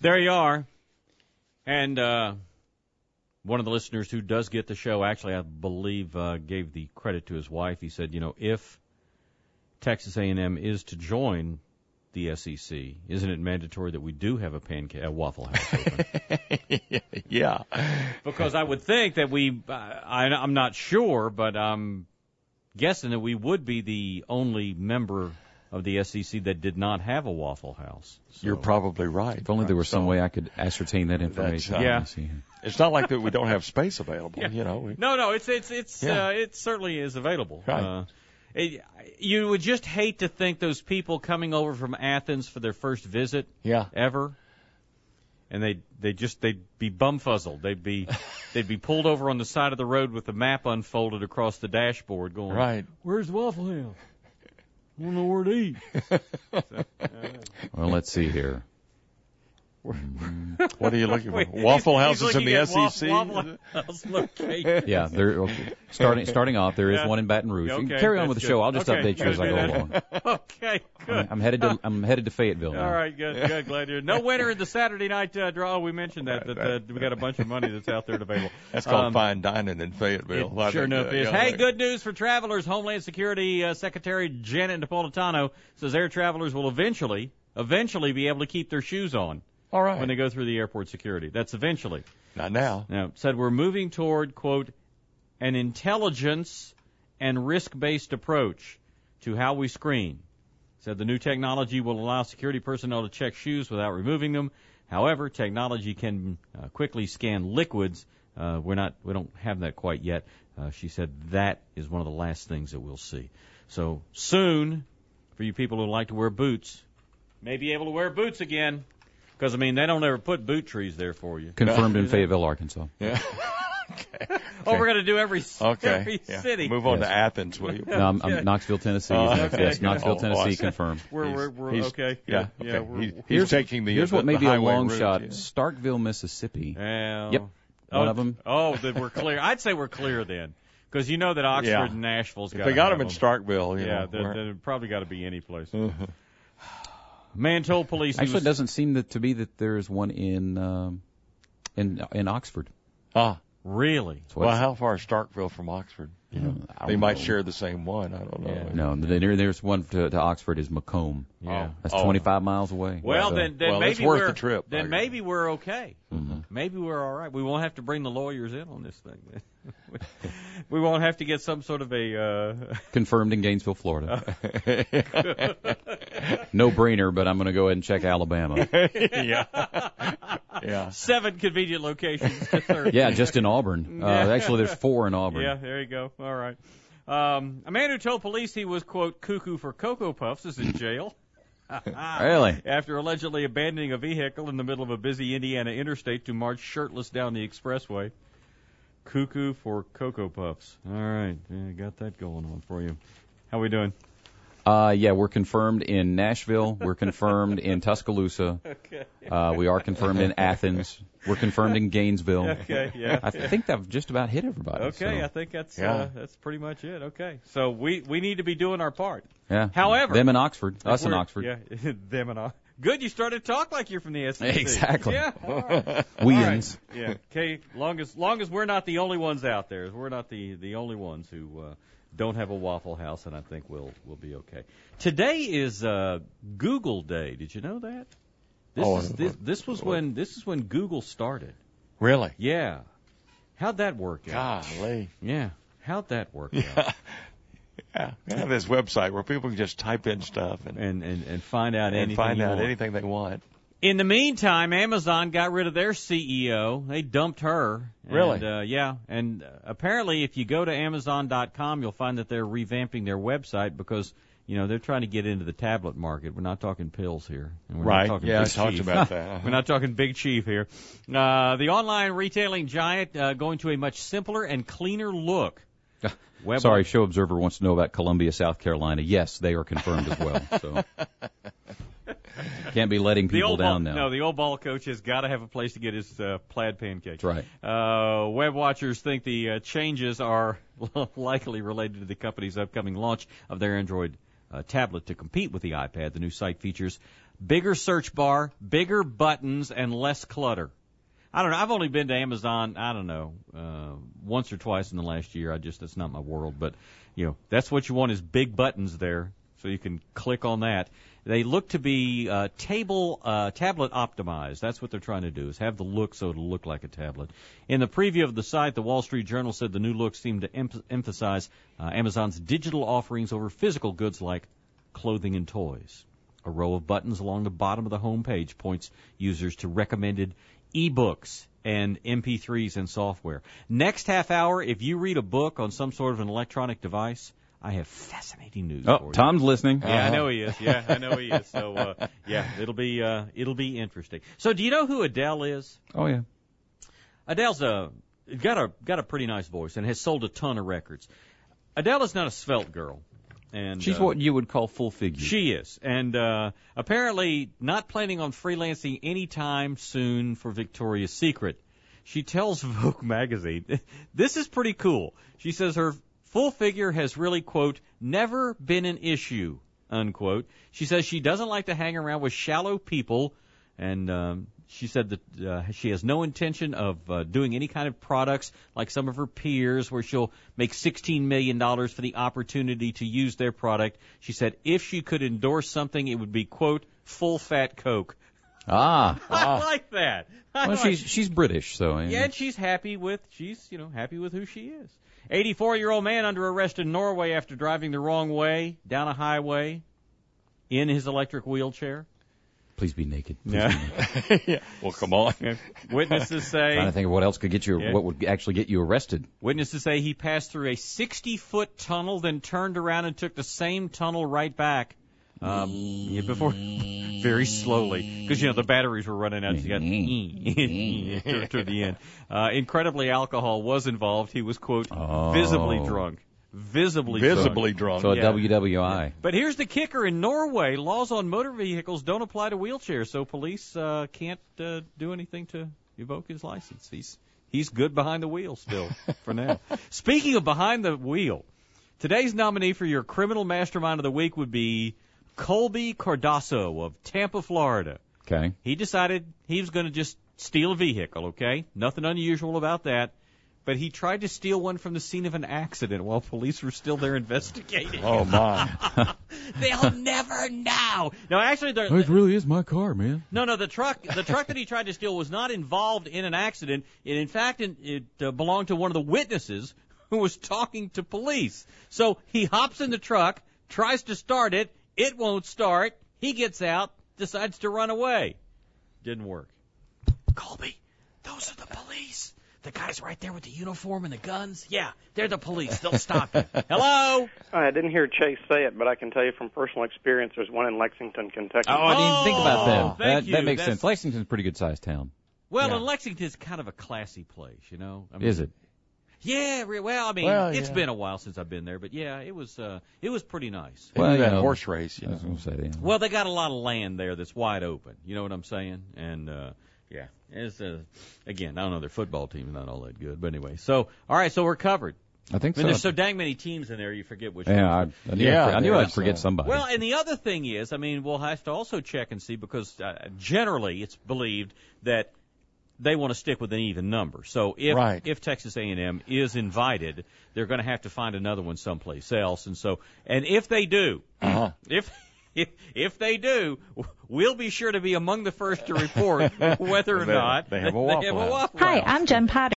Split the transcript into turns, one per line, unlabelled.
There you are. And uh, one of the listeners who does get the show, actually, I believe, uh, gave the credit to his wife. He said, you know, if Texas A&M is to join the SEC, isn't it mandatory that we do have a pancake, a waffle house open?
yeah.
because I would think that we, I, I- I'm not sure, but I'm guessing that we would be the only member of the SEC that did not have a waffle house.
You're probably right.
If only there was some way I could ascertain that information.
uh,
Yeah.
It's not like that we don't have space available, you know. We,
No, no, it's it's it's
Yeah.
uh, it certainly is available.
Right.
Uh, it, you would just hate to think those people coming over from Athens for their first visit
yeah.
ever, and they they just they'd be bumfuzzled. They'd be they'd be pulled over on the side of the road with the map unfolded across the dashboard, going
Right.
Where's the Waffle House? I don't know where to eat. uh,
Well, let's see here.
What are you looking for?
Wait,
Waffle
he's- he's
houses in
looking
the E
at Wa-
SEC?
Waffle House location.
Yeah, there. Okay. Starting starting off, there is
Yeah.
one in Baton Rouge. You can
Okay,
carry on
that's
with the
good.
show. I'll just
Okay,
update you as I
gotta
go
do that.
along.
Okay, good.
I'm, I'm headed to I'm headed to Fayetteville. now.
All right, good, good. Glad you're. No winner in the Saturday night uh, draw. We mentioned that that uh, we got a bunch of money that's out there and available.
That's called
Um,
fine dining in Fayetteville. I
Sure
think,
enough,
uh,
is.
yeah,
Hey,
like-
good news for travelers. Homeland Security uh, Secretary Janet Napolitano says air travelers will eventually, eventually be able to keep their shoes on
All right.
when they go through the airport security. That's eventually.
Not now.
Now, it said we're moving toward, quote, an intelligence and risk based approach to how we screen. Said the new technology will allow security personnel to check shoes without removing them. However, technology can uh, quickly scan liquids. Uh, we're not, we don't have that quite yet. Uh, she said that is one of the last things that we'll see. So soon, for you people who like to wear boots, may be able to wear boots again. Because I mean, they don't ever put boot trees there for you.
Confirmed in Fayetteville, Arkansas.
Yeah.
Oh, we're gonna do every,
Okay.
every
Yeah.
city.
Move on
Yes.
to Athens, will you?
No, I'm, I'm Knoxville, Tennessee.
Oh,
is next.
okay.
Yes, Knoxville,
Oh,
Tennessee.
I see.
confirmed.
We're,
He's-
we're, we're
he's-
okay.
Yeah.
good.
okay.
yeah. We're,
he's,
we're,
he's taking the.
Here's
the,
what may
the
be a
highway
long
route,
shot:
yeah.
Starkville, Mississippi.
well,
Yep.
Oh,
One of 'em.
Oh, then we're clear. I'd say we're clear then, because you know that Oxford
Yeah.
and Nashville's
If
got.
they got
them
him in Starkville, you
yeah,
know,
they're,
where-
they're probably got to be any place.
Mm-hmm.
Man told police. he
Actually,
was,
it doesn't seem that to be that there is one in um, in in Oxford.
ah,
really.
That's what-
well, how far is Starkville from Oxford? You know,
Hmm, I
they
don't
might
know.
share the same one. I don't know.
Yeah.
No, the near, there's one to, to Oxford is Macomb.
Yeah.
That's
Oh.
25 miles away.
Well,
So-
then, then
Well,
maybe
it's worth
we're
the trip, I
then
guess.
maybe we're okay.
mm-hmm.
Maybe we're all right. We won't have to bring the lawyers in on this thing. we won't have to get some sort of a. Uh,
confirmed in Gainesville, Florida.
Oh.
no brainer, but I'm going to go ahead and check Alabama.
yeah. yeah.
seven convenient locations to serve.
Yeah, just in Auburn. Uh,
Yeah.
Actually, there's four in Auburn.
Yeah, there you go. All right. Um, a man who told police he was, quote, cuckoo for Cocoa Puffs is in jail
Really?
after allegedly abandoning a vehicle in the middle of a busy Indiana interstate to march shirtless down the expressway. Cuckoo for Cocoa Puffs. All right. Yeah, got that going on for you. How we doing?
Uh, yeah, we're confirmed in Nashville. We're confirmed in Tuscaloosa.
Okay.
Uh, we are confirmed in Athens. We're confirmed in Gainesville.
Okay, yeah.
I th- think I've just about hit everybody.
Okay,
so,
I think that's
Yeah.
uh, that's pretty much it. Okay, so we we need to be doing our part.
yeah.
However-
them in Oxford, us
If
in
we're-
Oxford,
Yeah, them and Oxford. Good, you started to talk like you're from the SEC.
Exactly.
Yeah. all right.
we
All right.
ins.
Yeah. Okay. Long as long as we're not the only ones out there, we're not the the only ones who uh, don't have a Waffle House, and I think we'll we'll be okay. Today is uh, Google Day. Did you know that? This
Oh,
is this, this was when this is when Google started.
Really?
Yeah. How'd that work out?
Golly.
Yeah. How'd that work out?
Yeah. Yeah. They have this website where people can just type in stuff and,
And,
and,
and and find out anything
find
you
out
want.
anything they want.
In the meantime, Amazon got rid of their CEO. They dumped her. And,
Really?
Uh, yeah. And uh, apparently, if you go to Amazon.com, you'll find that they're revamping their website because you know they're trying to get into the tablet market. We're not talking pills here. And we're Not talking
yeah, I
Big
talked
Chief.
about that. Uh-huh.
We're not talking Big Chief here. Uh, the online retailing giant uh, going to a much simpler and cleaner look. Web-
Sorry, Show Observer wants to know about Columbia, South Carolina. Yes, they are confirmed as well. So can't be letting
The
people
old
down
ball,
now.
No, the old ball coach has got to have a place to get his uh, plaid pancakes.
That's right.
Uh, web watchers think the uh, changes are likely related to the company's upcoming launch of their Android uh, tablet to compete with the iPad. The new site features bigger search bar, bigger buttons, and less clutter. I don't know. I've only been to Amazon. I don't know uh, once or twice in the last year. I just that's not my world. But you know, that's what you want is big buttons there, so you can click on that. They look to be uh, table uh, tablet optimized. That's what they're trying to do is have the look so it'll look like a tablet. In the preview of the site, the Wall Street Journal said the new look seemed to em- emphasize uh, Amazon's digital offerings over physical goods like clothing and toys. A row of buttons along the bottom of the homepage points users to recommended ebooks and MP3s and software. Next half hour, if you read a book on some sort of an electronic device, I have fascinating news for
Oh,
you.
Tom's listening.
Yeah, I know he is. Yeah, I know he is. So uh, yeah, it'll be uh, it'll be interesting. So do you know who Adele is?
Oh yeah.
Uh-huh. Adele's a got a got a pretty nice voice and has sold a ton of records. Adele is not a svelte girl, and
She's
uh,
what you would call full figure.
she is, and uh, apparently not planning on freelancing anytime soon for Victoria's Secret. She tells Vogue magazine, "This is pretty cool." She says her full figure has really quote never been an issue unquote. She says she doesn't like to hang around with shallow people, and um, she said that uh, she has no intention of uh, doing any kind of products like some of her peers, where she'll make $16 million for the opportunity to use their product. She said if she could endorse something, it would be, quote, full fat Coke.
ah.
I like that. I
Well,
like
she's she's British, so you know.
yeah, and she's happy with she's you know happy with who she is. 84 year old man under arrest in Norway after driving the wrong way down a highway in his electric wheelchair.
Please be naked. Please
Yeah.
be naked.
yeah. Well, come on.
Witnesses
Trying to
say
think of what else could get you,
Yeah.
what would actually get you arrested.
witnesses say he passed through a 60 foot tunnel, then turned around and took the same tunnel right back. Um, yeah, before very slowly because you know the batteries were running out. So you got to, to the end. Uh, incredibly, alcohol was involved. He was quote
Oh.
visibly drunk. Visibly, drunk.
Visibly drunk.
So a
Oh, Yeah.
WWI.
But here's the kicker: in Norway, laws on motor vehicles don't apply to wheelchairs, so police uh, can't uh, do anything to evoke his license. He's he's good behind the wheel still for now. Speaking of behind the wheel, today's nominee for your criminal mastermind of the week would be Colby Cardasso of Tampa, Florida.
Okay.
He decided he was going to just steal a vehicle, okay? Nothing unusual about that. But he tried to steal one from the scene of an accident while police were still there investigating.
Oh my.
They'll never know. No, actually, the,
really is my car, man.
no, no, the truck, the truck that he tried to steal was not involved in an accident. It, in fact, it, it uh, belonged to one of the witnesses who was talking to police. So he hops in the truck, tries to start it, it won't start. He gets out, decides to run away. Didn't work. Colby, those are the police. The guys right there with the uniform and the guns. Yeah, they're the police. They'll stop you. Hello.
I didn't hear Chase say it, but I can tell you from personal experience, there's one in Lexington, Kentucky.
Oh, I didn't even think about that.
Oh,
that,
thank
that
you.
makes
That's-
sense. Lexington's a pretty good sized town,
Well,
Yeah.
and Lexington's kind of a classy place, you know. I mean,
is it?
Yeah, re- well, I mean,
Well,
it's
yeah.
been a while since I've been there, but yeah, it was uh, it was pretty nice.
Well,
Well,
you
that
know. uh-huh.
horse race. You
I was
know.
going to say. Yeah.
Well, they got a lot of land there that's wide open. You know what I'm saying? And uh, yeah, it's uh, again, I don't know their football team's not all that good, but anyway. So all right, so we're covered.
I think
I mean,
so.
there's so dang many teams in there, you forget which.
yeah,
ones.
I, I knew,
Yeah,
I, knew I'd
there's,
forget
uh,
somebody.
Well, and the other thing is, I mean, we'll have to also check and see because uh, generally it's believed that they want to stick with an even number. So if
Right.
if Texas A&M is invited, they're going to have to find another one someplace else. And so, and if they do,
Uh-huh.
if if if they do, we'll be sure to be among the first to report whether or
They-
not
they have a Waffle House.
Waffle
Hi,
House.
I'm Jen Potter.